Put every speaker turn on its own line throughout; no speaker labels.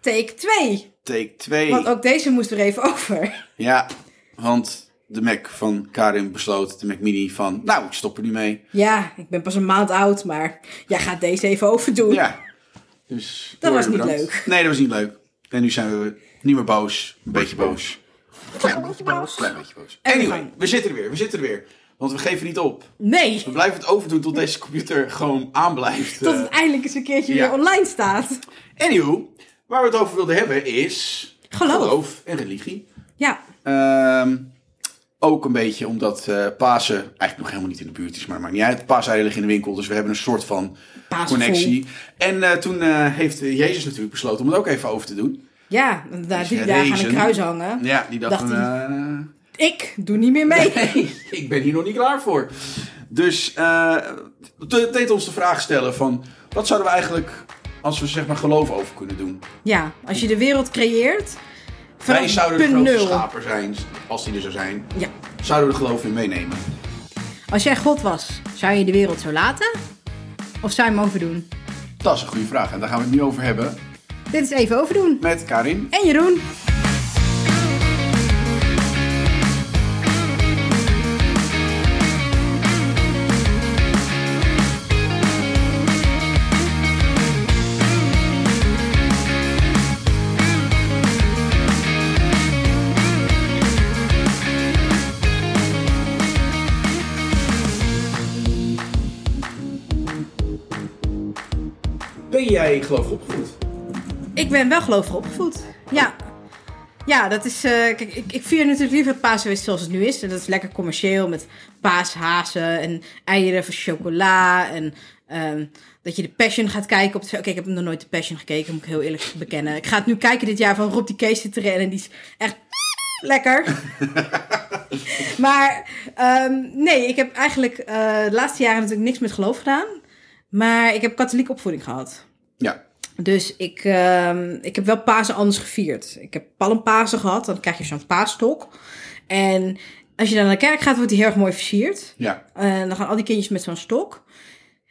Take 2.
Take 2.
Want ook deze moest er even over.
Ja, want de Mac van Karin besloot, de Mac Mini, van nou, ik stop er nu mee.
Ja, ik ben pas een maand oud, maar jij gaat deze even overdoen.
Ja. Dus,
Dat was
Dory,
niet
bedankt.
leuk.
Nee, dat was niet leuk. En nu zijn we niet meer boos. Een beetje boos.
Klein beetje boos.
Klein beetje boos.
En we
Anyway,
gaan.
we zitten er weer. We zitten er weer. Want we geven niet op.
Nee,
We blijven het overdoen tot deze computer gewoon aanblijft.
tot
Eh,
het eindelijk eens een keertje
ja.
weer online staat.
Anywho, waar we het over wilden hebben is...
Geloof.
en religie.
Ja,
Ehm, ook een beetje omdat eh Pasen eigenlijk nog helemaal niet in de buurt is, maar het maakt niet uit. Pasen ligt in de winkel, dus we hebben een soort van
Paasgevoel.
connectie. En eh, toen eh, heeft eh, Jezus natuurlijk besloten om het ook even over te doen.
ja, na
Is
drie dagen aan
herrezen.
een kruis hangen.
Ja, die dacht,
Dacht
van,
Ik doe niet meer mee.
eh, ik ben hier nog niet klaar voor. Dus eh, het deed ons de vraag stellen van, wat zouden we eigenlijk als we zeg maar geloof over kunnen doen?
Ja, als je de wereld creëert,
Wij
vanaf
zouden de
punt
grote
nul.
schaper zijn, als die er zou zijn.
Ja.
Zouden we er geloof in meenemen?
Als jij God was, zou je de wereld zo laten? Of zou je hem overdoen?
Dat is een goede vraag en daar gaan we het nu over hebben
Dit is even overdoen.
met Karin.
En Jeroen.
Ben jij geloof opgevoed?
Ik ben wel gelovig opgevoed. Ja. Ja, dat is. eh, kijk, ik, ik vier natuurlijk liever het paasfeest zoals het nu is. En dat is lekker commercieel met paashazen en eieren van chocola. En ehm, dat je de Passion gaat kijken op tv. Oké, ik heb nog nooit de Passion gekeken, moet ik heel eerlijk bekennen. Ik ga het nu kijken dit jaar van Rob die Kees zit erin. En die is echt lekker. maar ehm, nee, ik heb eigenlijk eh, de laatste jaren natuurlijk niks met geloof gedaan. Maar ik heb katholieke opvoeding gehad.
Ja.
Dus ik, ehm, ik heb wel Pasen anders gevierd. Ik heb palmpasen gehad, dan krijg je zo'n paastok. En als je dan naar de kerk gaat, wordt die heel erg mooi versierd.
Ja.
En dan gaan al die kindjes met zo'n stok.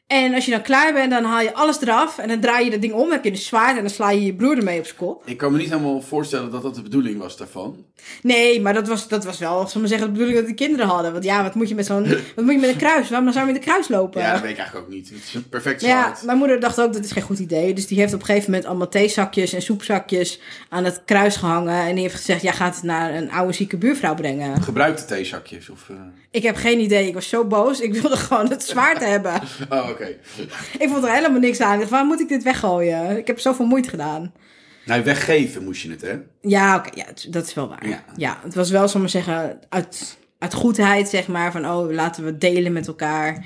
En als je dan klaar bent, dan haal je alles eraf. En dan draai je dat ding om, dan heb je een zwaard en dan sla je je broer ermee op zijn kop.
Ik kan me niet helemaal voorstellen dat dat de bedoeling was daarvan.
Nee, maar dat was, dat was wel, zal ik maar zeggen, de bedoeling dat de kinderen hadden. Want ja, wat moet je met zo'n, wat moet je met een kruis? Waarom zou je met een kruis lopen?
Ja, dat weet ik eigenlijk ook niet. Het is een perfect
Ja,
zwaard.
mijn moeder dacht ook dat is geen goed idee. Dus die heeft op een gegeven moment allemaal theezakjes en soepzakjes aan het kruis gehangen. En die heeft gezegd: Ja, gaat het naar een oude zieke buurvrouw brengen.
Gebruikte theezakjes of... eh,
Ik heb geen idee. Ik was zo boos. Ik wilde gewoon het zwaard hebben.
Oh, oké.
Ik vond er helemaal niks aan. Ik dacht, Waar moet ik dit weggooien? Ik heb zoveel moeite gedaan.
Nou, weggeven moest je het, hè?
Ja, oké, ja, het- dat is wel waar.
Ja.
Ja, het was wel, zal ik maar zeggen, uit, uit goedheid, zeg maar, van oh, laten we delen met elkaar.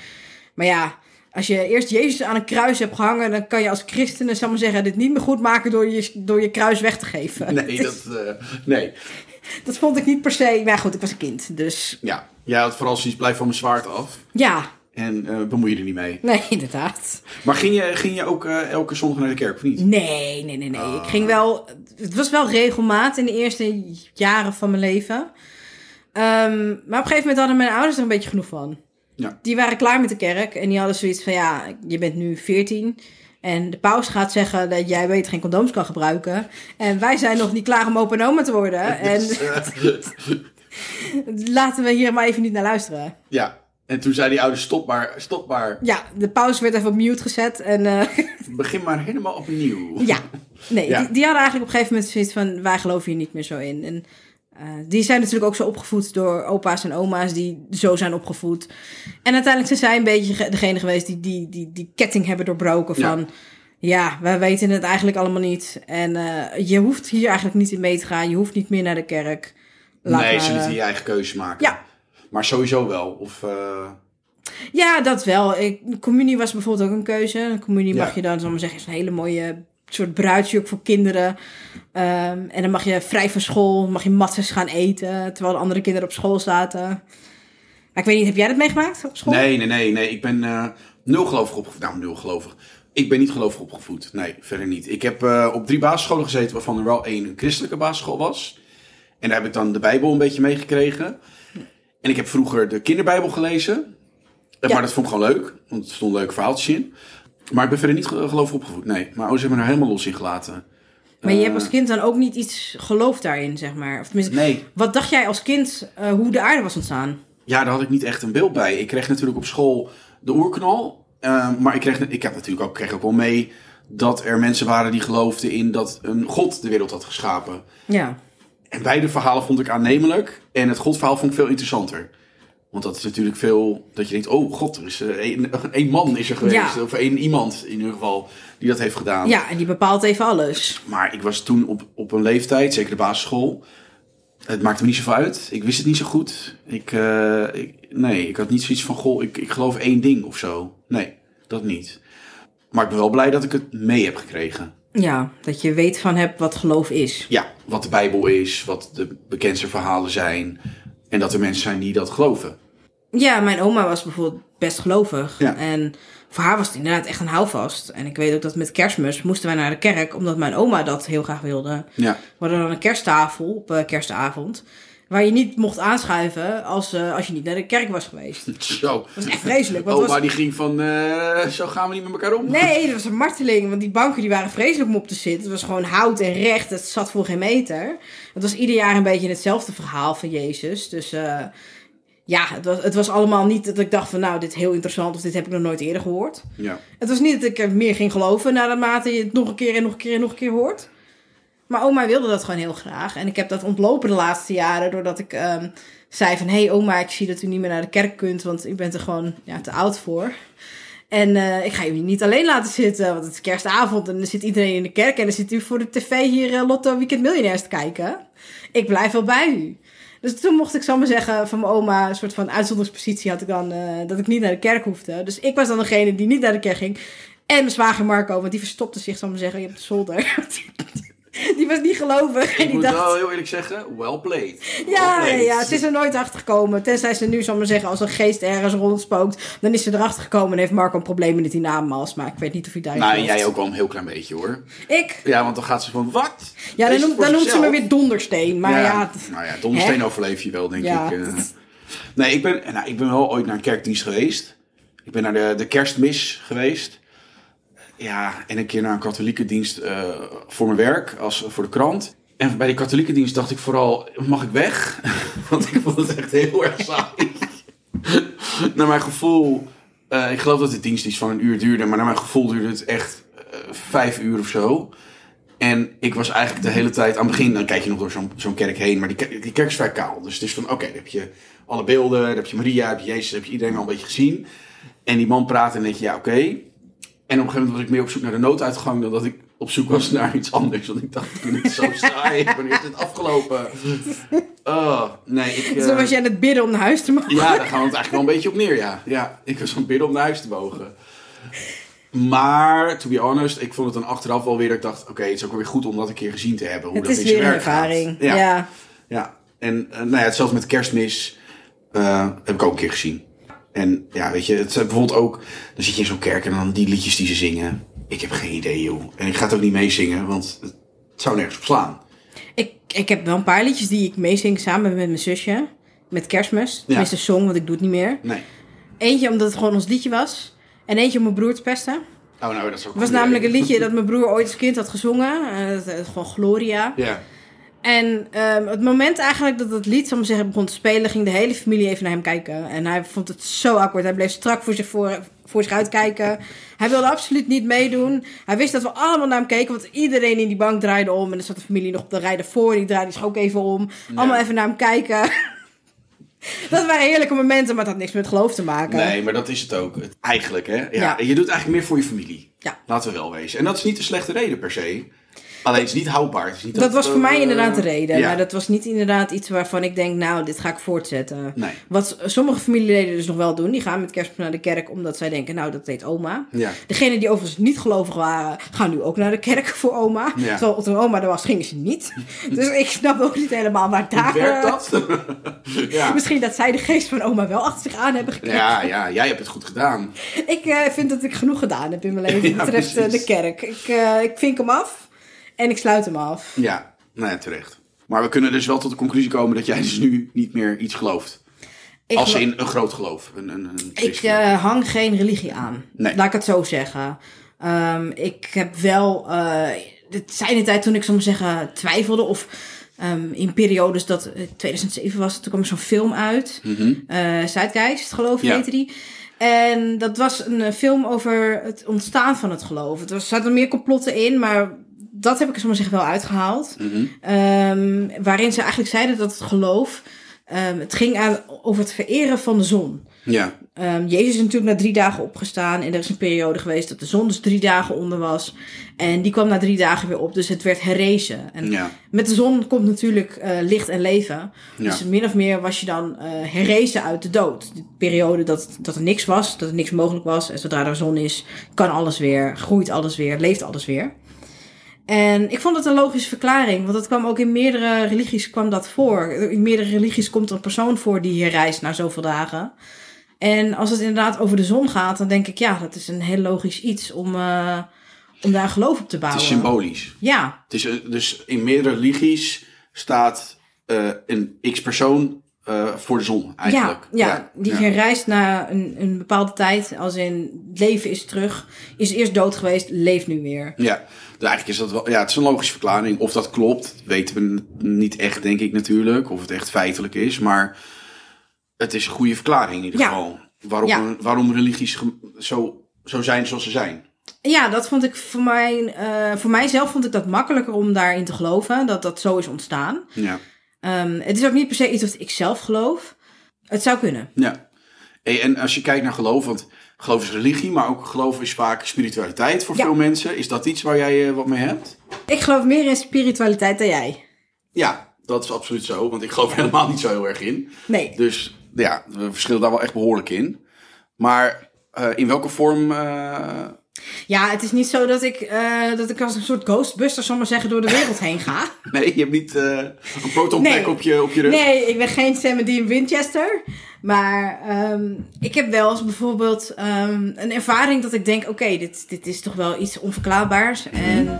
Maar ja, als je eerst Jezus aan een kruis hebt gehangen, dan kan je als christenen, zal ik maar zeggen, dit niet meer goed maken door je, door je kruis weg te geven.
Nee,
Dus
dat... eh, nee.
dat vond ik niet per se. Maar ja, goed, ik was een kind, dus
Ja. Jij had vooral zoiets, blijf van mijn zwaard af.
ja,
En eh bemoei je er niet mee.
nee, inderdaad.
Maar ging je, ging je ook eh, elke zondag naar de kerk, of niet?
Nee, nee, nee, nee. Ik ging wel. Het was wel regelmaat in de eerste jaren van mijn leven. Ehm, maar op een gegeven moment hadden mijn ouders er een beetje genoeg van.
Ja.
Die waren klaar met de kerk en die hadden zoiets van: ja, je bent nu 14. En de paus gaat zeggen dat jij beter geen condooms kan gebruiken. En wij zijn nog niet klaar om open oma te worden. En
Dus, eh,
laten we hier maar even niet naar luisteren.
ja. En toen zei die ouder, stop maar, stop maar.
Ja, de paus werd even op mute gezet. En eh,
Begin maar helemaal opnieuw.
Ja, nee,
Ja.
Die, die hadden eigenlijk op een gegeven moment zoiets van: wij geloven hier niet meer zo in. En eh, die zijn natuurlijk ook zo opgevoed door opa's en oma's die zo zijn opgevoed. En uiteindelijk zijn zij een beetje ge- degene geweest die die, die, die ketting hebben doorbroken
Ja.
van. Ja. wij weten het eigenlijk allemaal niet. En eh, je hoeft hier eigenlijk niet in mee te gaan. Je hoeft niet meer naar de kerk. Laat
nee,
maar,
ze lieten
eh,
je eigen keuze maken.
Ja.
Maar sowieso wel. Of, eh,
Ja, dat wel. Ik, communie was bijvoorbeeld ook een keuze. Een communie
Ja.
mag je dan, zal ik maar zeggen, is een hele mooie soort bruidsjuk voor kinderen. Ehm, en dan mag je vrij van school, mag je matjes gaan eten, terwijl de andere kinderen op school zaten. Maar ik weet niet, heb jij dat meegemaakt op school?
nee, nee, nee, nee. Ik ben eh nul gelovig opgevoed. Nou, nul gelovig. Ik ben niet gelovig opgevoed. Nee, verder niet. Ik heb eh, op drie basisscholen gezeten, waarvan er wel één een christelijke basisschool was. En daar heb ik dan de Bijbel een beetje meegekregen. En ik heb vroeger de kinderbijbel gelezen. Eh,
Ja.
Maar dat vond ik gewoon leuk, want er stond een leuk verhaaltje in. Maar ik ben verder niet ge- gelovig opgevoed, nee. Maar oh, ze hebben me er helemaal los in gelaten.
Maar je hebt
Eh,
als kind dan ook niet iets geloofd daarin, zeg maar. Of tenminste,
Nee.
wat dacht jij als kind eh, hoe de aarde was ontstaan?
Ja, daar had ik niet echt een beeld bij. Ik kreeg natuurlijk op school de oerknal. eh, maar ik kreeg, ik heb natuurlijk ook, kreeg ook wel mee dat er mensen waren die geloofden in dat een god de wereld had geschapen.
Ja.
En beide verhalen vond ik aannemelijk. En het godverhaal vond ik veel interessanter. Want dat is natuurlijk veel dat je denkt, oh god, er is eh, één één man is er geweest.
Ja.
Of één iemand in ieder geval die dat heeft gedaan.
ja, en die bepaalt even alles.
Maar ik was toen op, op een leeftijd, zeker de basisschool. Het maakte me niet zoveel uit. Ik wist het niet zo goed. Ik, eh, ik, nee, ik had niet zoiets van, goh, ik, ik geloof één ding of zo. Nee, dat niet. Maar ik ben wel blij dat ik het mee heb gekregen.
Ja, dat je weet van hebt wat geloof is.
Ja, wat de Bijbel is, wat de bekendste verhalen zijn. En dat er mensen zijn die dat geloven.
Ja, mijn oma was bijvoorbeeld best gelovig.
Ja.
En voor haar was het inderdaad echt een houvast. En ik weet ook dat met kerstmis moesten wij naar de kerk, omdat mijn oma dat heel graag wilde.
Ja,
We hadden dan een kersttafel op eh, kerstavond. Waar je niet mocht aanschuiven als, eh, als je niet naar de kerk was geweest. Dat
zo.
was echt vreselijk. Want het
Oma
was...
die ging van, eh, zo gaan we niet met elkaar om.
Nee, dat was een marteling. Want die banken die waren vreselijk om op te zitten. Het was gewoon hout en recht. Het zat voor geen meter. Het was ieder jaar een beetje hetzelfde verhaal van Jezus. Dus eh, ja, het was, het was allemaal niet dat ik dacht van... nou, dit is heel interessant of dit heb ik nog nooit eerder gehoord.
Ja.
Het was niet dat ik er meer ging geloven naarmate je het nog een keer en nog een keer en nog een keer hoort. Maar oma wilde dat gewoon heel graag. En ik heb dat ontlopen de laatste jaren doordat ik ehm, zei van... hé hey, oma, ik zie dat u niet meer naar de kerk kunt, want u bent er gewoon ja, te oud voor. En eh, ik ga u niet alleen laten zitten, want het is kerstavond en dan zit iedereen in de kerk... en dan zit u voor de tv hier eh, Lotto Weekend Miljonairs te kijken. Ik blijf wel bij u. Dus toen mocht ik zomaar zeggen van mijn oma, een soort van uitzonderingspositie had ik dan, eh, dat ik niet naar de kerk hoefde. Dus ik was dan degene die niet naar de kerk ging. En mijn zwager Marco, want die verstopte zich, zal ik maar zeggen, op de zolder. die was niet gelovig. En
Ik
die
moet
dacht,
wel heel eerlijk zeggen, well played.
ja,
Well
ja,
played.
ja, ze is er nooit achter gekomen. Tenzij ze nu, zal ik maar zeggen, als een geest ergens rondspookt, dan is ze erachter gekomen en heeft Marco een probleem met die naamals. Maar ik weet niet of hij daarin
Nou, en
gelooft.
jij ook wel een heel klein beetje hoor.
Ik?
Ja, want dan gaat ze van, wat?
Ja,
Is
dan,
het
noemt,
voor
dan noemt ze me
zichzelf?
weer dondersteen. Maar ja, het-
nou ja, dondersteen
Hè?
overleef je wel, denk
Ja.
ik. eh. Nee, ik ben, nou, ik ben wel ooit naar een kerkdienst geweest. Ik ben naar de, de kerstmis geweest. Ja, en een keer naar een katholieke dienst eh, voor mijn werk, als, voor de krant. En bij die katholieke dienst dacht ik vooral, mag ik weg? Want ik vond het echt heel erg saai. naar mijn gevoel, eh, ik geloof dat de dienst iets van een uur duurde, maar naar mijn gevoel duurde het echt eh, vijf uur of zo. En ik was eigenlijk de hele tijd, aan het begin, dan kijk je nog door zo'n zo'n kerk heen, maar die, kerk- die kerk is vrij kaal. Dus het is van, oké, dan heb je alle beelden, dan heb je Maria, dan heb je Jezus, dan heb je iedereen al een beetje gezien. En die man praat en dan denk je, ja, oké. En op een gegeven moment was ik meer op zoek naar de nooduitgang dan dat ik op zoek was naar iets anders. Want ik dacht, ik vind het zo saai, wanneer is dit afgelopen? Oh, nee, ik...
dus
eh,
dan was jij aan het bidden om naar huis te mogen.
ja, daar gaan we het eigenlijk wel een beetje op neer, ja. ja ik was van bidden om naar huis te mogen. Maar, to be honest, ik vond het dan achteraf wel weer dat ik dacht... Oké, het is ook wel weer goed om dat een keer gezien te hebben. Hoe
Het
dat
is
in zijn
weer een
werk gaat.
ervaring.
Ja, ja.
ja.
en eh, nou ja, hetzelfde met kerstmis eh, heb ik ook een keer gezien. En ja, weet je, het zijn bijvoorbeeld ook... Dan zit je in zo'n kerk en dan die liedjes die ze zingen. Ik heb geen idee, joh. En ik ga het ook niet meezingen, want het zou nergens op slaan.
Ik, ik heb wel een paar liedjes die ik meezing samen met mijn zusje. Met kerstmis. Tenminste, song, want ik doe het niet meer.
Nee.
Eentje omdat het gewoon ons liedje was. En eentje om mijn broer te pesten.
Oh, nou, dat is ook
Het was
goed.
namelijk een liedje dat mijn broer ooit als kind had gezongen. Eh, dat- dat- gewoon Gloria.
Ja,
En ehm, het moment eigenlijk dat dat lied, zal ik maar zeggen, begon te spelen... ging de hele familie even naar hem kijken. En hij vond het zo akkoord. Hij bleef strak voor zich, voor, voor zich uitkijken. Hij wilde absoluut niet meedoen. Hij wist dat we allemaal naar hem keken... want iedereen in die bank draaide om. En er zat de familie nog op de rij daarvoor. Die draaide zich ook even om. Allemaal even naar hem kijken. dat waren heerlijke momenten, maar het had niks met geloof te maken.
Nee, maar dat is het ook. Het- Eigenlijk, hè? Ja,
Ja.
Je doet het eigenlijk meer voor je familie.
Ja.
Laten we wel wezen. En dat is niet een slechte reden per se. Alleen het is niet houdbaar. Het is niet
Dat, was voor
eh,
mij inderdaad de reden.
ja.
Maar dat was niet inderdaad iets waarvan ik denk, nou, dit ga ik voortzetten.
Nee.
Wat s- sommige familieleden dus nog wel doen. Die gaan met kerstmis naar de kerk omdat zij denken, nou, dat deed oma.
Ja.
Degenen die overigens niet gelovig waren, gaan nu ook naar de kerk voor oma.
Ja.
Terwijl toen oma er was, gingen ze niet. dus ik snap ook niet helemaal waar daar... eh,
Hoe werkt dat? ja.
Misschien dat zij de geest van oma wel achter zich aan hebben gekregen.
ja, ja, jij hebt het goed gedaan.
Ik eh, vind dat ik genoeg gedaan heb in mijn leven
Ja,
wat betreft eh,
precies.
de kerk. Ik, eh, ik vink hem af en ik sluit hem af.
Ja, nou ja, terecht. Maar we kunnen dus wel tot de conclusie komen dat jij dus nu niet meer iets gelooft.
Ik
Als
gelo-
in een groot geloof. Een, een, een
Ik
christelijk.
eh, hang geen religie aan.
Nee.
Laat ik het zo zeggen. Ehm, ik heb wel. eh, het zijn de tijd toen ik, zal maar zeggen, twijfelde. Of ehm, in periodes dat eh, 2007 was, toen kwam er zo'n film uit.
Mhm,
eh Zuidgeist, geloof ik,
Ja.
heette die. En dat was een eh, film over het ontstaan van het geloof. Het was- Er zaten meer complotten in, maar dat heb ik er zomaar zeggen wel uitgehaald.
mhm.
Ehm, waarin ze eigenlijk zeiden dat het geloof... ehm, het ging aan, over het vereren van de zon.
Ja.
Ehm, Jezus is natuurlijk na drie dagen opgestaan. En er is een periode geweest dat de zon dus drie dagen onder was. En die kwam na drie dagen weer op. Dus het werd herrezen. En
Ja.
met de zon komt natuurlijk eh, licht en leven.
Ja.
Dus min of meer was je dan eh, herrezen uit de dood. De periode dat, dat er niks was, dat er niks mogelijk was. En zodra er zon is, kan alles weer, groeit alles weer, leeft alles weer. En ik vond het een logische verklaring, want dat kwam ook in meerdere religies kwam dat voor. In meerdere religies komt een persoon voor die hier reist na zoveel dagen. En als het inderdaad over de zon gaat, dan denk ik, ja, dat is een heel logisch iets om, eh, om daar geloof op te
Het
bouwen.
is symbolisch.
Ja,
Het is, eh, dus in meerdere religies staat eh, een x-persoon eh, voor de zon eigenlijk.
Ja, ja, die
ja.
herreist na een, een bepaalde tijd, als in het leven is terug, is eerst dood geweest, leeft nu weer.
Ja, dus eigenlijk is dat wel. Ja, het is een logische verklaring. Of dat klopt, weten we n- niet echt, denk ik natuurlijk. Of het echt feitelijk is. Maar het is een goede verklaring in ieder
Ja.
geval. Waarom,
Ja.
waarom religies gem- zo, zo zijn zoals ze zijn.
Ja, dat vond ik voor, mij, eh voor mijzelf vond ik dat makkelijker om daarin te geloven, dat dat zo is ontstaan.
Ja.
Ehm, het is ook niet per se iets wat ik zelf geloof. Het zou kunnen.
ja. Hey, En als je kijkt naar geloof, want geloof is religie, maar ook geloof is vaak spiritualiteit voor
Ja.
veel mensen. Is dat iets waar jij eh, wat mee hebt?
Ik geloof meer in spiritualiteit dan jij.
Ja, dat is absoluut zo, want ik geloof er helemaal niet zo heel erg in.
Nee.
Dus ja, we verschillen daar wel echt behoorlijk in. Maar eh, in welke vorm eh,
Ja, het is niet zo dat ik, eh, dat ik als een soort ghostbuster, zal ik maar zeggen, door de wereld heen ga.
Nee, je hebt niet eh, een protonplek
Nee.
op, je, op je rug.
Nee, ik ben geen Sam Dean Winchester. Maar ehm, ik heb wel eens bijvoorbeeld ehm, een ervaring dat ik denk... oké, dit, dit is toch wel iets onverklaarbaars. En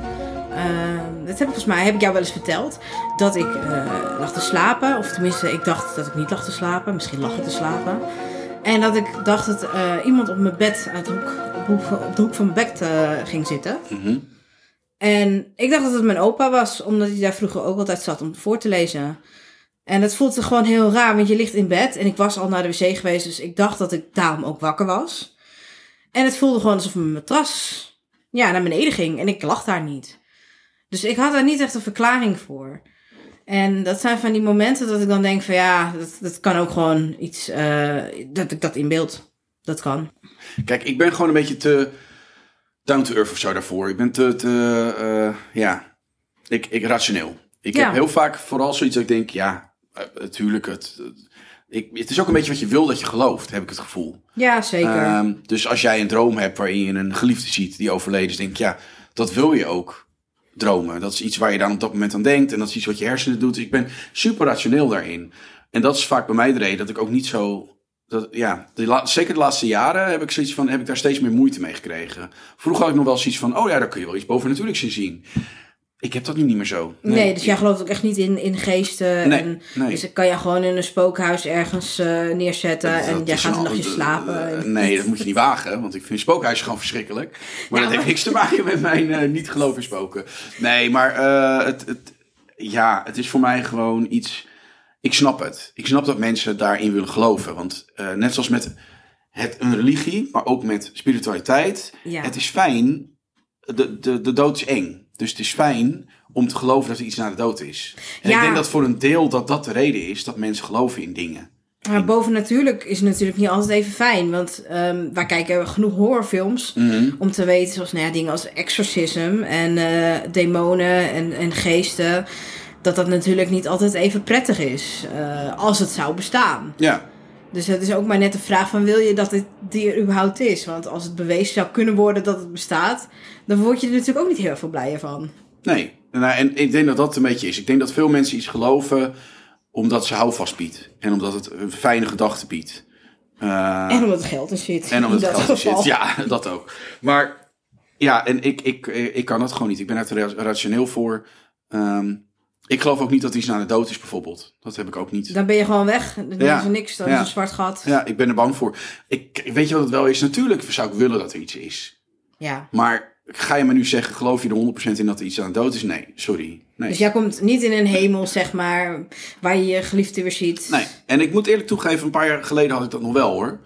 ehm, dat heb ik volgens mij, heb ik jou wel eens verteld... dat ik eh, lag te slapen. Of tenminste, ik dacht dat ik niet lag te slapen. Misschien lag ik te slapen. En dat ik dacht dat eh, iemand op mijn bed... Uit de hoek, op, de hoek, op de hoek van mijn bed eh, ging zitten.
Mhm.
En ik dacht dat het mijn opa was, omdat hij daar vroeger ook altijd zat om voor te lezen. En dat voelt gewoon heel raar, want je ligt in bed en ik was al naar de wc geweest, dus ik dacht dat ik daarom ook wakker was. En het voelde gewoon alsof mijn matras ja, naar beneden ging en ik lag daar niet. Dus ik had daar niet echt een verklaring voor. En dat zijn van die momenten dat ik dan denk van ja, dat, dat kan ook gewoon iets, eh, dat ik dat inbeeld. Dat kan.
Kijk, ik ben gewoon een beetje te down to earth of zo daarvoor. Ik ben te, te eh, ja, ik, ik rationeel. Ik
Ja.
heb heel vaak vooral zoiets dat ik denk, ja, eh, natuurlijk. het, het- ik, het is ook een beetje wat je wil dat je gelooft, heb ik het gevoel.
Ja, zeker.
Ehm, dus als jij een droom hebt waarin je een geliefde ziet die overleden is, denk ik, ja, dat wil je ook dromen. Dat is iets waar je dan op dat moment aan denkt en dat is iets wat je hersenen doet. Dus ik ben super rationeel daarin. En dat is vaak bij mij de reden dat ik ook niet zo. Dat, ja, de la- zeker de laatste jaren heb ik, zoiets van, heb ik daar steeds meer moeite mee gekregen. Vroeger had ik nog wel zoiets van, oh ja, daar kun je wel iets bovennatuurlijks in zien. Ik heb dat nu niet meer zo.
Nee, dus jij gelooft ook echt niet in, in geesten.
Nee,
en,
nee.
Dus ik kan je gewoon in een spookhuis ergens eh, neerzetten
Dat-
en
dat
jij
is
gaat
een
een nachtje
ander-
slapen.
eh,
En-
nee, dat moet je niet wagen, want ik vind spookhuis gewoon verschrikkelijk. Maar
Nou,
dat heeft niks te maken met mijn eh, niet geloof in spoken. Nee, maar eh, het, het, ja, het is voor mij gewoon iets. Ik snap het. Ik snap dat mensen daarin willen geloven. Want eh, net zoals met het, een religie, maar ook met spiritualiteit.
Ja.
Het is fijn. De, de, de dood is eng. Dus het is fijn om te geloven dat er iets na de dood is. En
Ja.
ik denk dat voor een deel dat dat de reden is dat mensen geloven in dingen.
Maar bovennatuurlijk is het natuurlijk niet altijd even fijn. Want ehm wij kijken genoeg horrorfilms
Mhm.
om te weten, zoals nou ja, dingen als exorcism en eh, demonen en, en geesten. Dat dat natuurlijk niet altijd even prettig is. eh, als het zou bestaan.
Ja.
Dus het is ook maar net de vraag van wil je dat dit dier überhaupt is? Want als het bewezen zou kunnen worden dat het bestaat, dan word je er natuurlijk ook niet heel veel blijer van.
Nee. Nou, en ik denk dat dat een beetje is. Ik denk dat veel mensen iets geloven omdat ze houvast biedt. En omdat het een fijne gedachte biedt. Eh,
En omdat het geld in zit.
en omdat
in
het
dat
geld in
geval.
zit. Ja, dat ook. Maar ja, en ik, ik, ik kan dat gewoon niet. Ik ben er te ra- rationeel voor. Ehm, ik geloof ook niet dat iets na de dood is bijvoorbeeld. Dat heb ik ook niet.
Dan ben je gewoon weg. Dan
Ja.
is er niks. Dan
Ja.
is er zwart gat. Ja.
Ja, ik ben er bang voor. Ik, weet je wat het wel is? Natuurlijk zou ik willen dat er iets is. Maar Ga je me nu zeggen, geloof je er 100% in dat er iets aan dood is? Nee, sorry. Nee.
Dus jij komt niet in een hemel, zeg maar, waar je je geliefde weer ziet.
Nee, en ik moet eerlijk toegeven, een paar jaar geleden had ik dat nog wel hoor.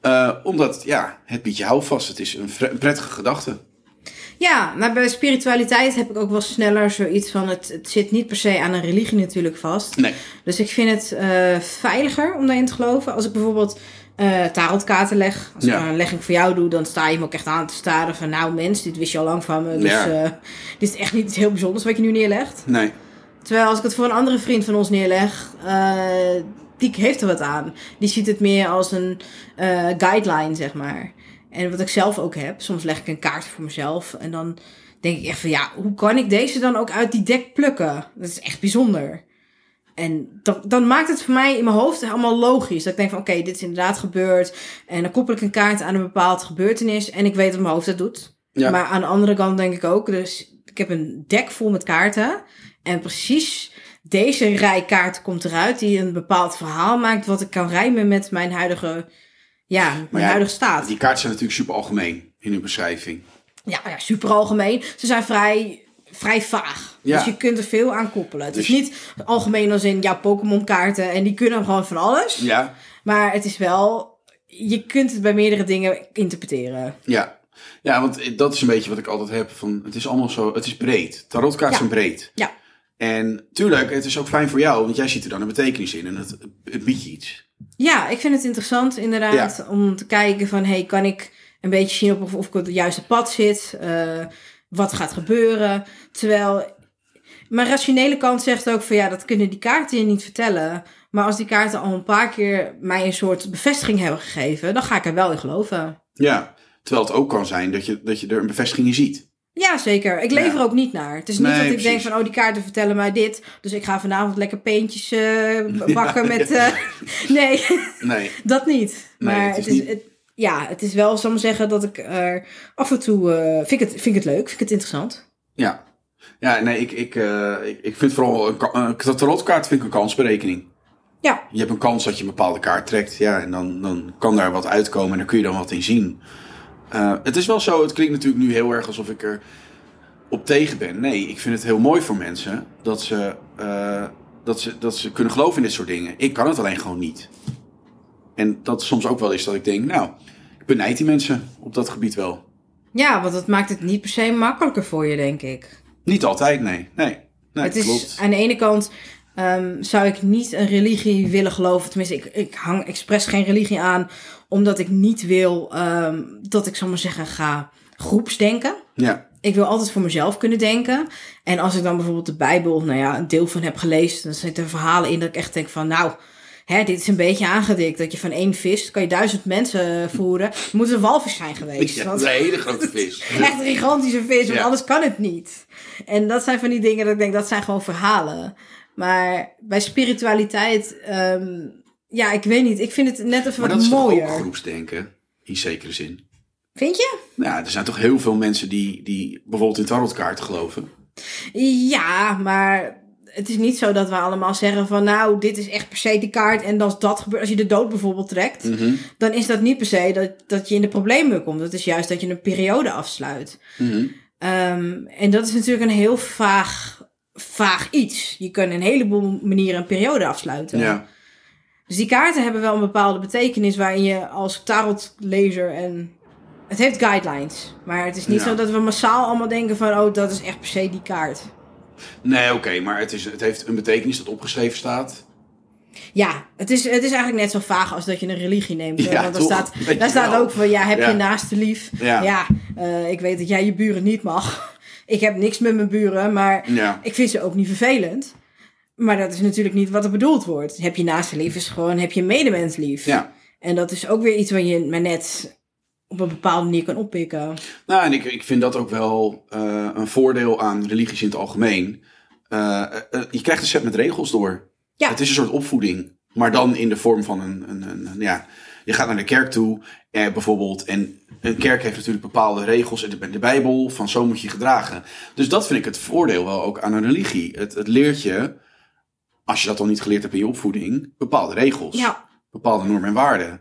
Eh, omdat, ja, het biedt je houvast. Het is een, vre- een prettige gedachte.
Ja, maar bij spiritualiteit heb ik ook wel sneller zoiets van... Het, het zit niet per se aan een religie natuurlijk vast.
Nee.
Dus ik vind het eh, veiliger om daarin te geloven. Als ik bijvoorbeeld eh tarotkaarten leg. Als
Ja.
ik dan een legging voor jou doe, dan sta je me ook echt aan te staren van... Nou mens, dit wist je al lang van me. Dus
Ja.
eh, dit is echt niet iets heel bijzonders wat je nu neerlegt.
Nee.
Terwijl als ik het voor een andere vriend van ons neerleg, eh, die heeft er wat aan. Die ziet het meer als een eh, guideline, zeg maar. En wat ik zelf ook heb, soms leg ik een kaart voor mezelf en dan denk ik echt van ja, hoe kan ik deze dan ook uit die dek plukken? Dat is echt bijzonder. En dan, dan maakt het voor mij in mijn hoofd allemaal logisch. Dat ik denk van oké, dit is inderdaad gebeurd. En dan koppel ik een kaart aan een bepaald gebeurtenis en ik weet dat mijn hoofd dat doet.
Ja.
Maar aan de andere kant denk ik ook, dus ik heb een dek vol met kaarten. En precies deze rij kaarten komt eruit die een bepaald verhaal maakt wat ik kan rijmen met mijn huidige, ja, mijn
ja,
huidige staat.
Die kaarten zijn natuurlijk super algemeen in hun beschrijving.
Ja, ja, super algemeen. Ze zijn vrij, vrij vaag.
Ja.
Dus je kunt er veel aan koppelen. Het is
Dus-
niet algemeen als in jouw Pokémon kaarten en die kunnen gewoon van alles.
Ja,
Maar het is wel, je kunt het bij meerdere dingen interpreteren.
ja. Ja, want dat is een beetje wat ik altijd heb. Van, het is allemaal zo, het is breed. Tarotkaarten
Ja.
zijn breed.
Ja.
En tuurlijk, het is ook fijn voor jou, want jij ziet er dan een betekenis in en het, het biedt je iets.
Ja, ik vind het interessant inderdaad om te kijken van... hey, kan ik een beetje zien op of, of ik op het juiste pad zit? Eh, wat gaat gebeuren? Terwijl mijn rationele kant zegt ook van... ja, dat kunnen die kaarten je niet vertellen. Maar als die kaarten al een paar keer mij een soort bevestiging hebben gegeven... dan ga ik er wel in geloven.
Ja. Terwijl het ook kan zijn dat je, dat je er een bevestiging in ziet.
Ja, zeker. Ik leef
Ja.
er ook niet naar. Het is niet
Nee,
dat ik
precies.
denk van, oh, die kaarten vertellen mij dit. Dus ik ga vanavond lekker peentjes eh, b- bakken met... eh, nee.
Nee.
Dat niet.
Nee,
maar
het
het
is
is,
niet-
het- ja, het is wel, zal ik maar zeggen, dat ik er af en toe. eh, vind, ik het, vind ik het leuk, vind ik het interessant.
Ja. Ja, nee, ik, ik, eh, ik, ik vind vooral een, ka- eh, een tarotkaart vind ik een kansberekening.
Ja,
Je hebt een kans dat je een bepaalde kaart trekt. Ja, en dan, dan kan daar wat uitkomen en dan kun je dan wat in zien. Eh, het is wel zo, het klinkt natuurlijk nu heel erg alsof ik er op tegen ben. Nee, ik vind het heel mooi voor mensen dat ze, eh, dat ze, dat ze kunnen geloven in dit soort dingen. Ik kan het alleen gewoon niet. En dat soms ook wel is dat ik denk, nou, ik benijd die mensen op dat gebied wel.
ja want dat maakt het niet per se makkelijker voor je, denk ik.
Niet altijd, nee. Nee, nee
het is
klopt.
aan de ene kant. ehm, zou ik niet een religie willen geloven? Tenminste, ik, ik hang expres geen religie aan, omdat ik niet wil ehm, dat ik, zal maar zeggen, ga groepsdenken.
Ja,
ik wil altijd voor mezelf kunnen denken. En als ik dan bijvoorbeeld de Bijbel, nou ja, een deel van heb gelezen, dan zitten er verhalen in dat ik echt denk van, nou, hè, dit is een beetje aangedikt. Dat je van één vis kan je duizend mensen voeren. Het moet een walvis zijn geweest.
Ja,
want-
een hele grote vis.
Echt een gigantische vis, want
Ja.
anders kan het niet. En dat zijn van die dingen dat ik denk, dat zijn gewoon verhalen. Maar bij spiritualiteit, ehm, ja, ik weet niet. Ik vind het net even
Maar dat
wat
is toch
mooier.
ook groepsdenken, in zekere zin.
Vind je?
Nou, er zijn toch heel veel mensen die, die bijvoorbeeld in tarotkaarten geloven.
Ja, maar het is niet zo dat we allemaal zeggen van nou, dit is echt per se die kaart. En als dat gebeurt, als je de dood bijvoorbeeld trekt,
Mhm.
dan is dat niet per se dat, dat je in de problemen komt. Dat is juist dat je een periode afsluit.
Mhm.
Ehm, en dat is natuurlijk een heel vaag, vaag iets. Je kan een heleboel manieren een periode afsluiten.
Ja.
Dus die kaarten hebben wel een bepaalde betekenis waarin je als tarotlezer en... Het heeft guidelines, maar het is niet
Ja.
zo dat we massaal allemaal denken van... oh, dat is echt per se die kaart.
Nee, oké, maar het, is, het heeft een betekenis dat opgeschreven staat.
Ja, het is, het is eigenlijk net zo vaag als dat je een religie neemt.
Ja,
Want daar
toch?
staat,
Weet
daar
je
staat
wel.
ook van, ja, heb
Ja.
je naaste lief?
Ja.
eh, ik weet dat jij je buren niet mag. Ik heb niks met mijn buren, maar
Ja.
ik vind ze ook niet vervelend. Maar dat is natuurlijk niet wat er bedoeld wordt. Heb je naaste lief is gewoon, heb je medemens lief.
Ja.
En dat is ook weer iets wat je maar net op een bepaalde manier kan oppikken.
Nou, en ik, ik vind dat ook wel eh, een voordeel aan religies in het algemeen. Eh, eh, eh, je krijgt een set met regels door.
Ja.
Het is een soort opvoeding, maar dan in de vorm van een. een, een, een- ja, je gaat naar de kerk toe, eh, bijvoorbeeld. En een kerk heeft natuurlijk bepaalde regels in de, de Bijbel, van zo moet je je gedragen. Dus dat vind ik het voordeel wel ook aan een religie. Het, het leert je, als je dat al niet geleerd hebt in je opvoeding, bepaalde regels
Ja,
bepaalde normen en waarden.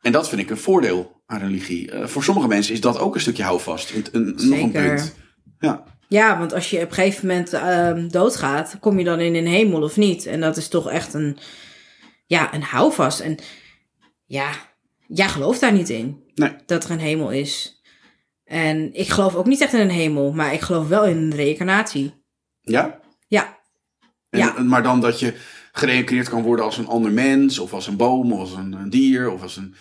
En dat vind ik een voordeel aan religie. Eh, voor sommige mensen is dat ook een stukje houvast. Een, een, Nog een
Zeker.
punt. Ja,
Ja, want als je op een gegeven moment ehm, doodgaat, kom je dan in een hemel of niet? En dat is toch echt een, ja, een houvast. En ja, jij gelooft daar niet in
Nee.
dat er een hemel is. En ik geloof ook niet echt in een hemel, maar ik geloof wel in een reïncarnatie.
ja?
Ja,
En-
Ja.
Maar dan dat je gereïncarneerd kan worden als een ander mens, of als een boom, of als een, een dier, of als een.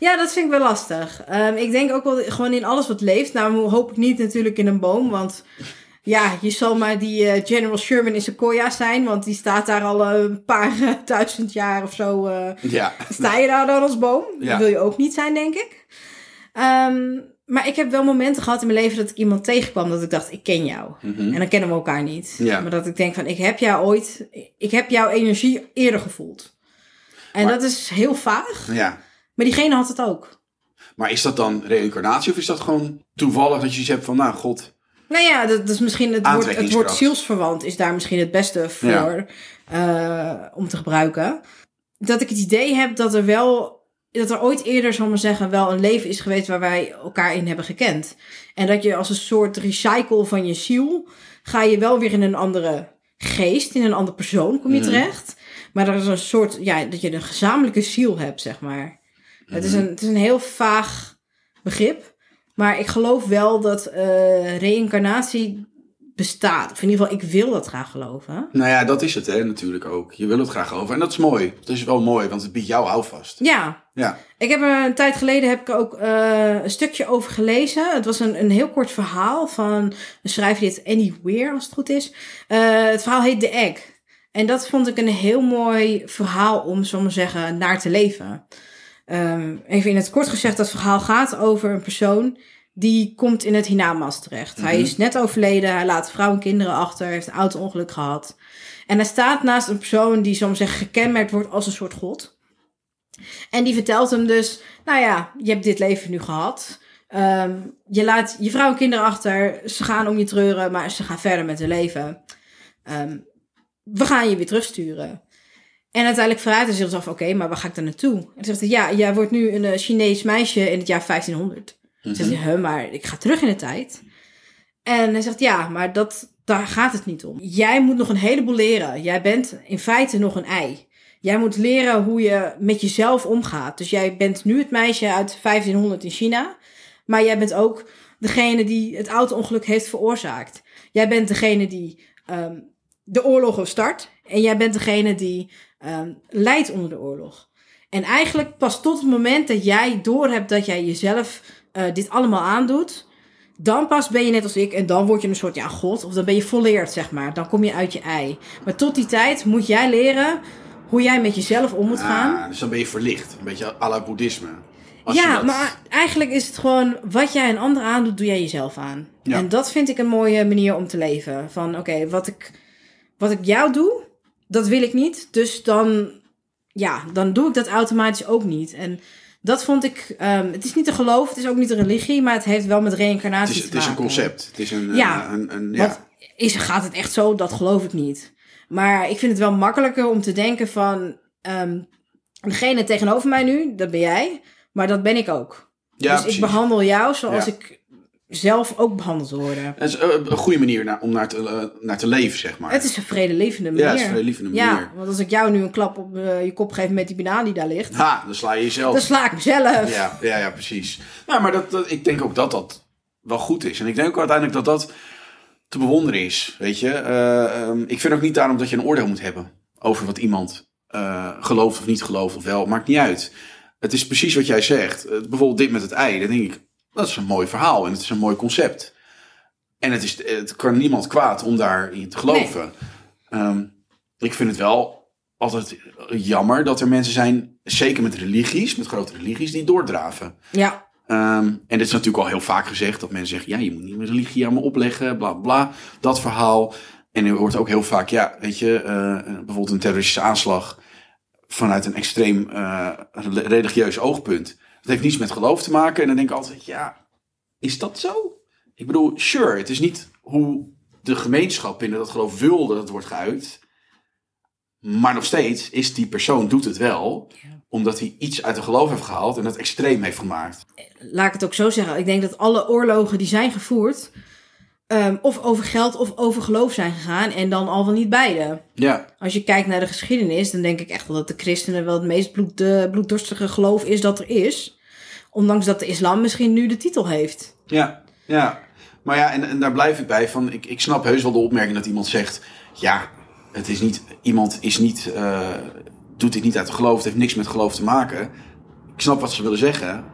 ja dat vind ik wel lastig. Ehm, ik denk ook wel gewoon in alles wat leeft. Nou hoop ik niet natuurlijk in een boom, want ja, je zal maar die eh, General Sherman in Sequoia zijn, want die staat daar al eh, een paar eh, duizend jaar of zo... eh,
Ja,
Sta je daar dan als boom?
Ja.
Dat wil je ook niet zijn, denk ik. Ehm, maar ik heb wel momenten gehad in mijn leven dat ik iemand tegenkwam dat ik dacht, ik ken jou. En dan kennen we elkaar niet.
Mhm. Ja.
Maar dat ik denk van, ik heb jou ooit, ik heb jouw energie eerder gevoeld. En
Maar-
dat is heel vaag.
ja.
Maar diegene had het ook.
Maar is dat dan reïncarnatie of is dat gewoon toevallig dat je iets hebt van, nou god,
Nou ja, dat, dat is misschien het woord, het woord
Aantrekkingskracht.
zielsverwant is daar misschien het beste voor eh, om te gebruiken. Dat ik het idee heb dat er wel, dat er ooit eerder, zal ik maar zeggen, wel een leven is geweest waar wij elkaar in hebben gekend. En dat je als een soort recycle van je ziel, ga je wel weer in een andere geest, in een andere persoon kom je
Mhm.
terecht. Maar er is een soort, ja, dat je een gezamenlijke ziel hebt, zeg maar. Het, is een, het is een heel vaag begrip. Maar ik geloof wel dat eh reïncarnatie bestaat. Of in ieder geval, ik wil dat graag geloven.
Nou ja, dat is het hè, natuurlijk ook. Je wil het graag over. En dat is mooi. Dat is wel mooi, want het biedt jou houvast.
Ja,
Ja.
ik heb er een tijd geleden heb ik er ook eh, een stukje over gelezen. Het was een, een heel kort verhaal van een schrijver die het Annie Weir, als het goed is. Eh, het verhaal heet The Egg. En dat vond ik een heel mooi verhaal om, zo maar zeggen, naar te leven. Ehm, even in het kort gezegd, dat verhaal gaat over een persoon die komt in het Hinamas terecht. Hij
Mhm.
is net overleden, hij laat vrouw en kinderen achter, heeft een auto-ongeluk gehad. En hij staat naast een persoon die, zo maar zeggen, gekenmerkt wordt als een soort god. En die vertelt hem dus, nou ja, je hebt dit leven nu gehad. Ehm, je laat je vrouw en kinderen achter. Ze gaan om je treuren, maar ze gaan verder met hun leven. Ehm, we gaan je weer terugsturen. En uiteindelijk vraagt hij zichzelf, oké, maar waar ga ik dan naartoe? En dan zegt hij, ja, jij wordt nu een eh, Chinees meisje in het jaar 1500. Dan zegt hij, huh, maar ik ga terug in de tijd. En hij zegt, ja, maar dat, daar gaat het niet om. Jij moet nog een heleboel leren. Jij bent in feite nog een ei. Jij moet leren hoe je met jezelf omgaat. Dus jij bent nu het meisje uit 1500 in China. Maar jij bent ook degene die het auto-ongeluk heeft veroorzaakt. Jij bent degene die ehm, de oorlog start. En jij bent degene die ehm, leidt onder de oorlog. En eigenlijk pas tot het moment dat jij doorhebt dat jij jezelf eh, dit allemaal aandoet. Dan pas ben je net als ik en dan word je een soort ja, god. Of dan ben je volleerd, zeg maar. Dan kom je uit je ei. Maar tot die tijd moet jij leren hoe jij met jezelf om moet gaan.
Ah, dus dan ben je verlicht. Een beetje à la boeddhisme. Als je
Ja,
dat-
maar eigenlijk is het gewoon wat jij een ander aandoet, doe jij jezelf aan.
Ja.
En dat vind ik een mooie manier om te leven. Van oké, wat, ik, wat ik jou doe, dat wil ik niet. Dus dan, ja, dan doe ik dat automatisch ook niet. En dat vond ik, ehm, het is niet een geloof, het is ook niet een religie, maar het heeft wel met
Het
reïncarnatie
is,
te
het is een
maken.
concept. Het is een...
Ja.
eh, een, een,
Want
ja.
is, gaat het echt zo? Dat geloof ik niet. Maar ik vind het wel makkelijker om te denken van... ehm, degene tegenover mij nu, dat ben jij. Maar dat ben ik ook.
Ja,
dus
precies.
ik behandel jou zoals
Ja.
ik zelf ook behandeld wil worden.
Het is eh, een goede manier naar, om naar te, eh, naar te leven, zeg maar.
Het is een vredelevende manier.
ja, het is een hele liefde manier.
Ja, want als ik jou nu een klap op eh, je kop geef met die banaan die daar ligt...
Ha, dan sla je jezelf.
dan sla ik mezelf.
Nou, Ja, ja, ja, precies. Nou, maar dat, dat- ik denk ook dat dat wel goed is. En ik denk ook uiteindelijk dat dat te bewonderen is. Weet je, Eh, ehm, ik vind ook niet daarom dat je een oordeel moet hebben over wat iemand eh, gelooft of niet gelooft of wel. Maakt niet uit. Het is precies wat jij zegt. Eh, bijvoorbeeld dit met het ei. Dan denk ik, dat is een mooi verhaal en het is een mooi concept. En het, is, het kan niemand kwaad om daarin te geloven. Ehm, ik vind het wel altijd jammer dat er mensen zijn, zeker met religies, met grote religies, die doordraven.
Ja.
Ehm, en dit is natuurlijk al heel vaak gezegd, dat mensen zeggen, ja, je moet niet meer religie aan me opleggen, bla bla, dat verhaal. En je hoort ook heel vaak, ja, weet je, eh, bijvoorbeeld een terroristische aanslag vanuit een extreem eh, re- religieus oogpunt. Dat heeft niets met geloof te maken. En dan denk ik altijd, ja, is dat zo? Ik bedoel, sure, het is niet hoe de gemeenschap binnen dat geloof wil dat het wordt geuit. Maar nog steeds is die persoon doet het wel, omdat hij iets uit het geloof heeft gehaald en dat extreem heeft gemaakt.
laat ik het ook zo zeggen. Ik denk dat alle oorlogen die zijn gevoerd. ehm, of over geld of over geloof zijn gegaan. En dan al van niet beide.
Ja,
Als je kijkt naar de geschiedenis, dan denk ik echt wel dat de christenen wel het meest bloed, eh, bloeddorstige geloof is dat er is. Ondanks dat de islam misschien nu de titel heeft.
ja, ja. Maar ja, en, en daar blijf ik bij van, ik, ik snap heus wel de opmerking dat iemand zegt, ja, het is niet, iemand is niet, eh, doet dit niet uit het geloof, het heeft niks met geloof te maken. Ik snap wat ze willen zeggen,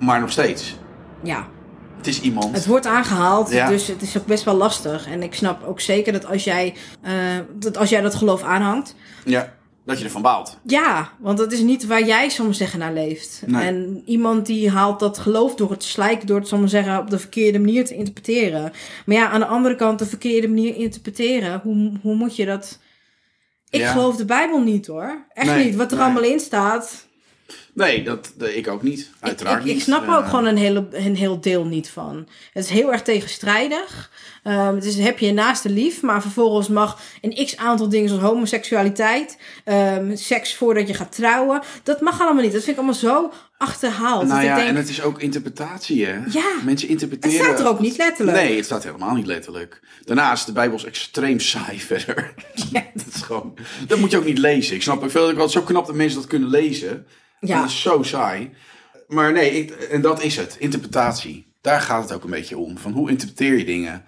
maar nog steeds,
Ja,
het is iemand.
het wordt aangehaald,
Ja.
dus het is ook best wel lastig. En ik snap ook zeker dat als jij, eh, dat, als jij dat geloof aanhangt,
Ja, dat je ervan baalt.
Ja, want dat is niet waar jij, zal ik maar zeggen, naar leeft.
Nee.
En iemand die haalt dat geloof door het slijk, door het, zal ik maar zeggen, op de verkeerde manier te interpreteren. Maar ja, aan de andere kant, de verkeerde manier interpreteren, hoe, hoe moet je dat... Ik
Ja.
geloof de Bijbel niet hoor. Echt
Nee,
niet. Wat er
nee.
allemaal in staat.
Nee, dat, dat- ik ook niet.
Ik,
Uiteraard
ik, ik
niet.
snap er ook
Eh,
gewoon een, hele, een heel deel niet van. Het is heel erg tegenstrijdig. Ehm, het is heb je je naaste lief, maar vervolgens mag een x aantal dingen zoals homoseksualiteit, ehm, seks voordat je gaat trouwen, dat mag allemaal niet. Dat vind ik allemaal zo achterhaald. dat
Nou ja,
Dus ik denk,
en het is ook interpretatie, hè?
Ja.
Mensen
het
interpreteren.
staat er ook niet letterlijk.
Nee, het staat helemaal niet letterlijk. Daarnaast, de Bijbel is extreem saai verder. Dat is gewoon... Dat moet je ook niet lezen. Ik snap ik vind het wel zo knap dat mensen dat kunnen lezen.
Ja.
Dat is zo saai. Maar nee, ik- en dat is het. Interpretatie. Daar gaat het ook een beetje om. Van hoe interpreteer je dingen?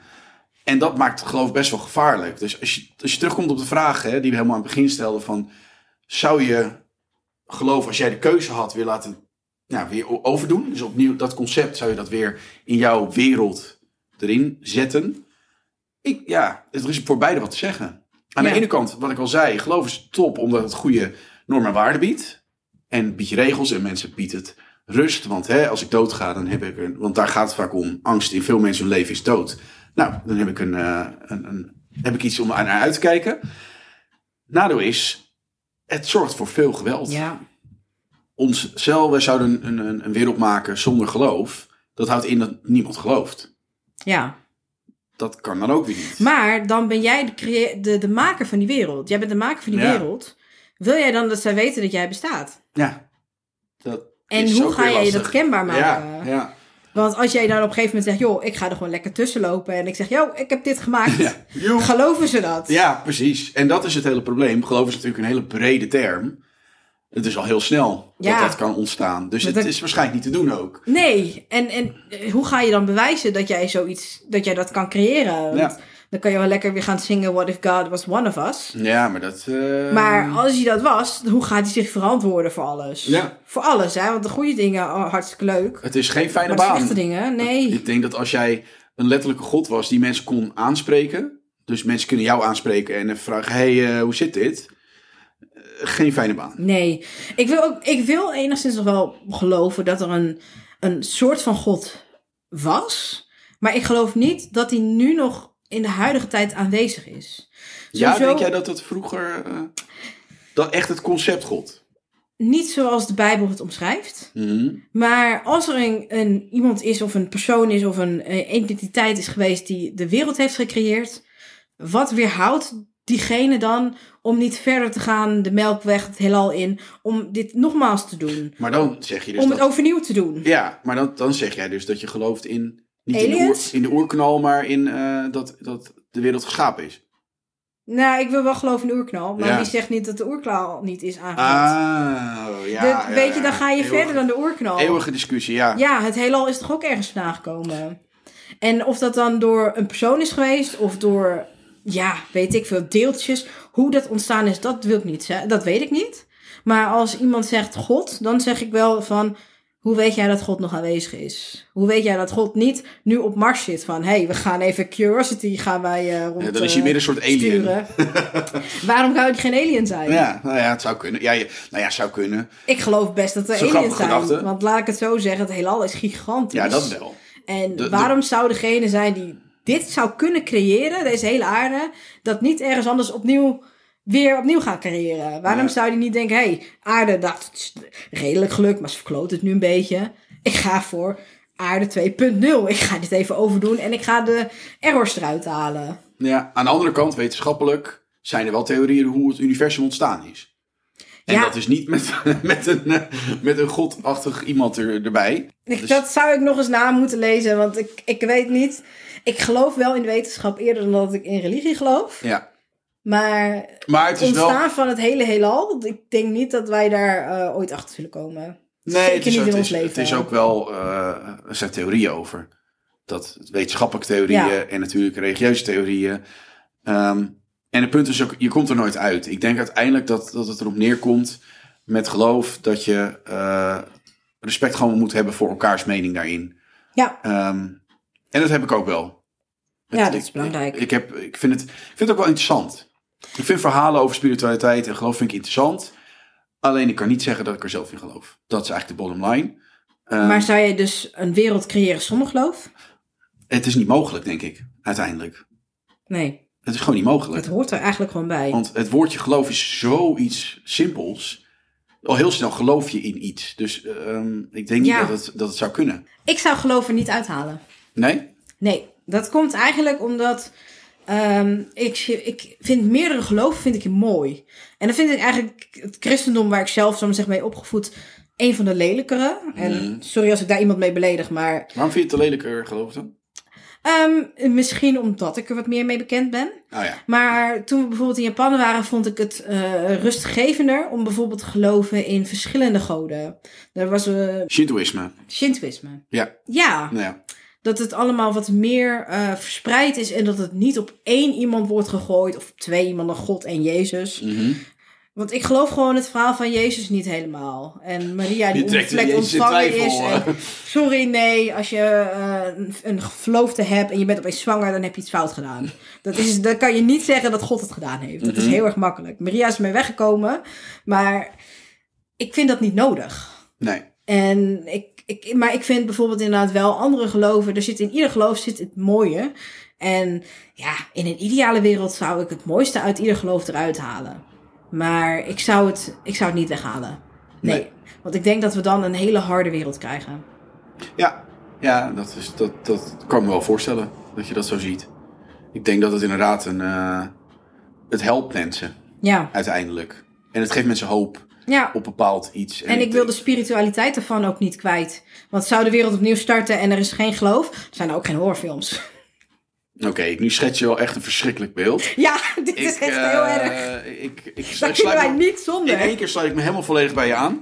En dat maakt het geloof ik best wel gevaarlijk. Dus als je, als je terugkomt op de vraag hè, die we helemaal aan het begin stelden van... Zou je geloof, als jij de keuze had, weer laten ja, Nou, weer o- overdoen? Dus opnieuw dat concept, zou je dat weer in jouw wereld erin zetten? Ik, ja, er is voor beide wat te zeggen. Aan
Ja.
de ene kant, wat ik al zei, geloof is top omdat het goede normen en waarden biedt. En biedt je regels en mensen biedt het rust. Want hè, als ik dood ga, dan heb ik een... Want daar gaat het vaak om. Angst in veel mensen hun leven is dood. Nou, dan heb ik, een, eh, een, een, heb ik iets om aan naar uit te kijken. Nadeel is, het zorgt voor veel geweld.
Ja,
Ons, stel, we zouden een, een, een wereld maken zonder geloof. Dat houdt in dat niemand gelooft.
ja.
Dat kan dan ook weer niet.
Maar dan ben jij de, crea- de, de maker van die wereld. Jij bent de maker van die
Ja.
wereld. Wil jij dan dat zij weten dat jij bestaat?
ja, dat
En
is
hoe
ook
ga
weer
jij je dat
lastig.
kenbaar maken?
Ja, ja,
Want als jij dan op een gegeven moment zegt, joh, ik ga er gewoon lekker tussen lopen en ik zeg, yo, ik heb dit gemaakt,
ja. Joep.
geloven ze dat?
Ja, precies. En dat is het hele probleem. Geloof is natuurlijk een hele brede term. Het is al heel snel
Ja.
dat dat kan ontstaan. Dus
Maar
het
dat-
is waarschijnlijk niet te doen ook.
Nee, en, en eh, hoe ga je dan bewijzen dat jij zoiets, dat jij dat kan creëren? Want
Ja.
Dan kan je wel lekker weer gaan zingen, what if God was one of us?
Ja, maar dat... eh,
Maar als hij dat was, hoe gaat hij zich verantwoorden voor alles?
Ja.
Voor alles, hè? Want de goede dingen, oh, hartstikke leuk.
Het is geen fijne
Maar de
baan.
slechte dingen, nee.
Ik denk dat als jij een letterlijke god was die mensen kon aanspreken. Dus mensen kunnen jou aanspreken en even vragen: hey, eh, hoe zit dit? Eh, geen fijne baan.
Nee, ik wil, ook, ik wil enigszins nog wel geloven dat er een, een soort van God was. Maar ik geloof niet dat hij nu nog in de huidige tijd aanwezig is.
Ja,
Sowieso
denk jij dat dat vroeger. eh, dat echt het concept god?
Niet zoals de Bijbel het omschrijft.
Mhm.
Maar als er een, een, iemand is of een persoon is of een, eh, entiteit is geweest die de wereld heeft gecreëerd. Wat weerhoudt diegene dan om niet verder te gaan de melkweg het heelal in. Om dit nogmaals te doen.
Maar dan zeg je dus.
om
dat,
het overnieuw te doen.
Ja, maar dan, dan zeg jij dus dat je gelooft in. Niet in de,
Aliens?
oer- in de oerknal, maar in eh, dat, dat de wereld geschapen is.
Nou, ik wil wel geloven in de oerknal, maar
Ja.
wie zegt niet dat de oerknal niet is aangehaald?
Ah, ja.
De-
ja,
weet je,
ja.
dan ga je
Eeuwige-
verder dan de oerknal.
Eeuwige discussie, ja.
Ja, het heelal is toch ook ergens vandaan gekomen. En of dat dan door een persoon is geweest of door, ja, weet ik veel, deeltjes. Hoe dat ontstaan is, dat wil ik niet zeggen. Dat weet ik niet. Maar als iemand zegt God, dan zeg ik wel van, hoe weet jij dat God nog aanwezig is? Hoe weet jij dat God niet nu op Mars zit van, hé, hey, we gaan even Curiosity gaan wij eh, rond
Ja, dan is hij
eh,
weer een soort alien.
sturen. Waarom zou het geen alien zijn?
Ja, nou ja, het zou kunnen. Ja, je- nou ja, het zou kunnen.
Ik geloof best dat er
Zo'n
aliens
grappige
zijn.
gedachte.
Want laat ik het zo zeggen, het heelal is gigantisch.
Ja, dat wel.
En
de-
waarom zou degene zijn die dit zou kunnen creëren, deze hele aarde, dat niet ergens anders opnieuw weer opnieuw gaan creëren? Waarom
Ja.
zou die niet denken, hé, hey, aarde, dat is redelijk gelukt, maar ze verkloot het nu een beetje. Ik ga voor aarde 2.0. Ik ga dit even overdoen en ik ga de errors eruit halen.
Ja, aan de andere kant, wetenschappelijk zijn er wel theorieën hoe het universum ontstaan is. En
Ja.
dat is niet met, met, een, eh, met een godachtig iemand er, erbij.
Ik-
Dus-
Dat zou ik nog eens na moeten lezen, want ik, ik weet niet. Ik geloof wel in de wetenschap eerder dan dat ik in religie geloof.
Ja.
Maar
Maar het is wel...
ontstaan van het hele heelal, ik denk niet dat wij daar eh, ooit achter zullen komen.
Nee,
Zeker
het is,
niet in
het
ons
is-
leven.
Het is ook wel, eh, er zijn theorieën over. Dat wetenschappelijke theorieën
Ja.
en natuurlijk religieuze theorieën. Ehm, en het punt is ook, je komt er nooit uit. Ik denk uiteindelijk dat, dat het erop neerkomt met geloof dat je eh, respect gewoon moet hebben voor elkaars mening daarin.
Ja.
Ehm, en dat heb ik ook wel.
Ja, dat is
ik-
belangrijk.
Ik, heb, ik, vind het, ik vind het ook wel interessant. Ik vind verhalen over spiritualiteit en geloof vind ik interessant. Alleen ik kan niet zeggen dat ik er zelf in geloof. Dat is eigenlijk de bottom line. Ehm,
maar zou je dus een wereld creëren zonder geloof?
het is niet mogelijk, denk ik, uiteindelijk.
Nee,
Het is gewoon niet mogelijk.
dat hoort er eigenlijk gewoon bij.
Want het woordje geloof is zoiets simpels. Al heel snel geloof je in iets. Dus ehm, ik denk
Ja.
niet dat het, dat het zou kunnen.
Ik zou geloof er niet uithalen.
Nee?
Nee, dat komt eigenlijk omdat ehm, ik, ik vind meerdere geloven vind ik mooi. En dan vind ik eigenlijk het christendom waar ik zelf zo maar zeggen mee opgevoed een van de lelijkere. En sorry als ik daar iemand mee beledig, maar
Waarom vind je het te lelijker geloof dan?
ehm, misschien omdat ik er wat meer mee bekend ben.
Nou ja.
Maar toen we bijvoorbeeld in Japan waren, vond ik het eh, rustgevender om bijvoorbeeld te geloven in verschillende goden. Er was eh,
Shintoïsme.
Shintoïsme.
Ja.
Ja,
Nou ja.
dat het allemaal wat meer eh, verspreid is en dat het niet op één iemand wordt gegooid of op twee iemanden, God en Jezus.
Mhm.
Want ik geloof gewoon het verhaal van Jezus niet helemaal. En Maria die
Je trekt
onbevlekt
Jezus in
ontvangen is.
twijfel,
En, sorry, nee, als je eh, een- een verloofde hebt en je bent opeens zwanger, dan heb je iets fout gedaan. Dat, is, dat kan je niet zeggen dat God het gedaan heeft. Dat
Mhm.
is heel erg makkelijk. Maria is ermee weggekomen, maar ik vind dat niet nodig.
Nee.
En ik, ik, maar ik vind bijvoorbeeld inderdaad wel andere geloven. Er zit in ieder geloof zit het mooie. En ja, in een ideale wereld zou ik het mooiste uit ieder geloof eruit halen. Maar ik zou het, ik zou het niet weghalen. Nee.
Nee.
Want ik denk dat we dan een hele harde wereld krijgen.
Ja, ja dat, is, dat, dat kan ik me wel voorstellen dat je dat zo ziet. Ik denk dat het inderdaad een. eh, het helpt mensen
Ja.
uiteindelijk. En het geeft mensen hoop
ja.
op bepaald iets.
En ik wil de spiritualiteit ervan ook niet kwijt. Want zou de wereld opnieuw starten en er is geen geloof, zijn er ook geen horrorfilms.
Oké, nu schets je wel echt een verschrikkelijk beeld.
Ja, dit is echt heel
eh,
erg.
Ik, ik, ik
Daar
sluit
kunnen wij
me,
niet
in
zonder.
één keer sluit ik me helemaal volledig bij je aan.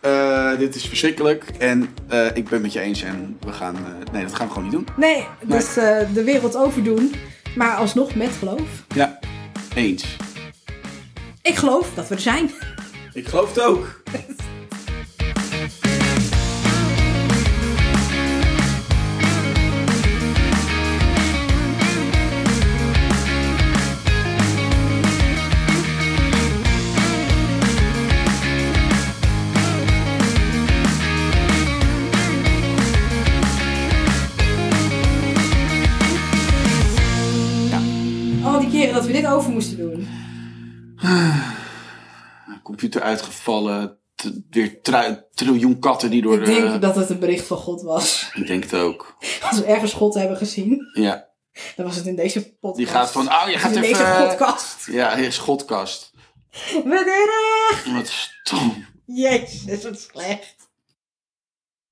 Eh, dit is verschrikkelijk. En eh, ik ben het met je eens. En we gaan. eh, nee, dat gaan we gewoon niet doen.
Nee, dus eh, de wereld overdoen. Maar alsnog met geloof.
Ja, eens.
Ik geloof dat we er zijn.
Ik geloof het ook.
Al die keren dat we dit over moesten doen.
computer uitgevallen. t- weer tru- triljoen katten die door
Ik
de...
denk dat het een bericht van God was.
Ik denk het ook.
Als we ergens God hebben gezien,
Ja.
dan was het in deze podcast.
Die gaat van... Oh, je gaat
in
even...
deze podcast.
Ja, hier is godkast.
eh, We doen het!
Wat stom.
Jezus, wat slecht.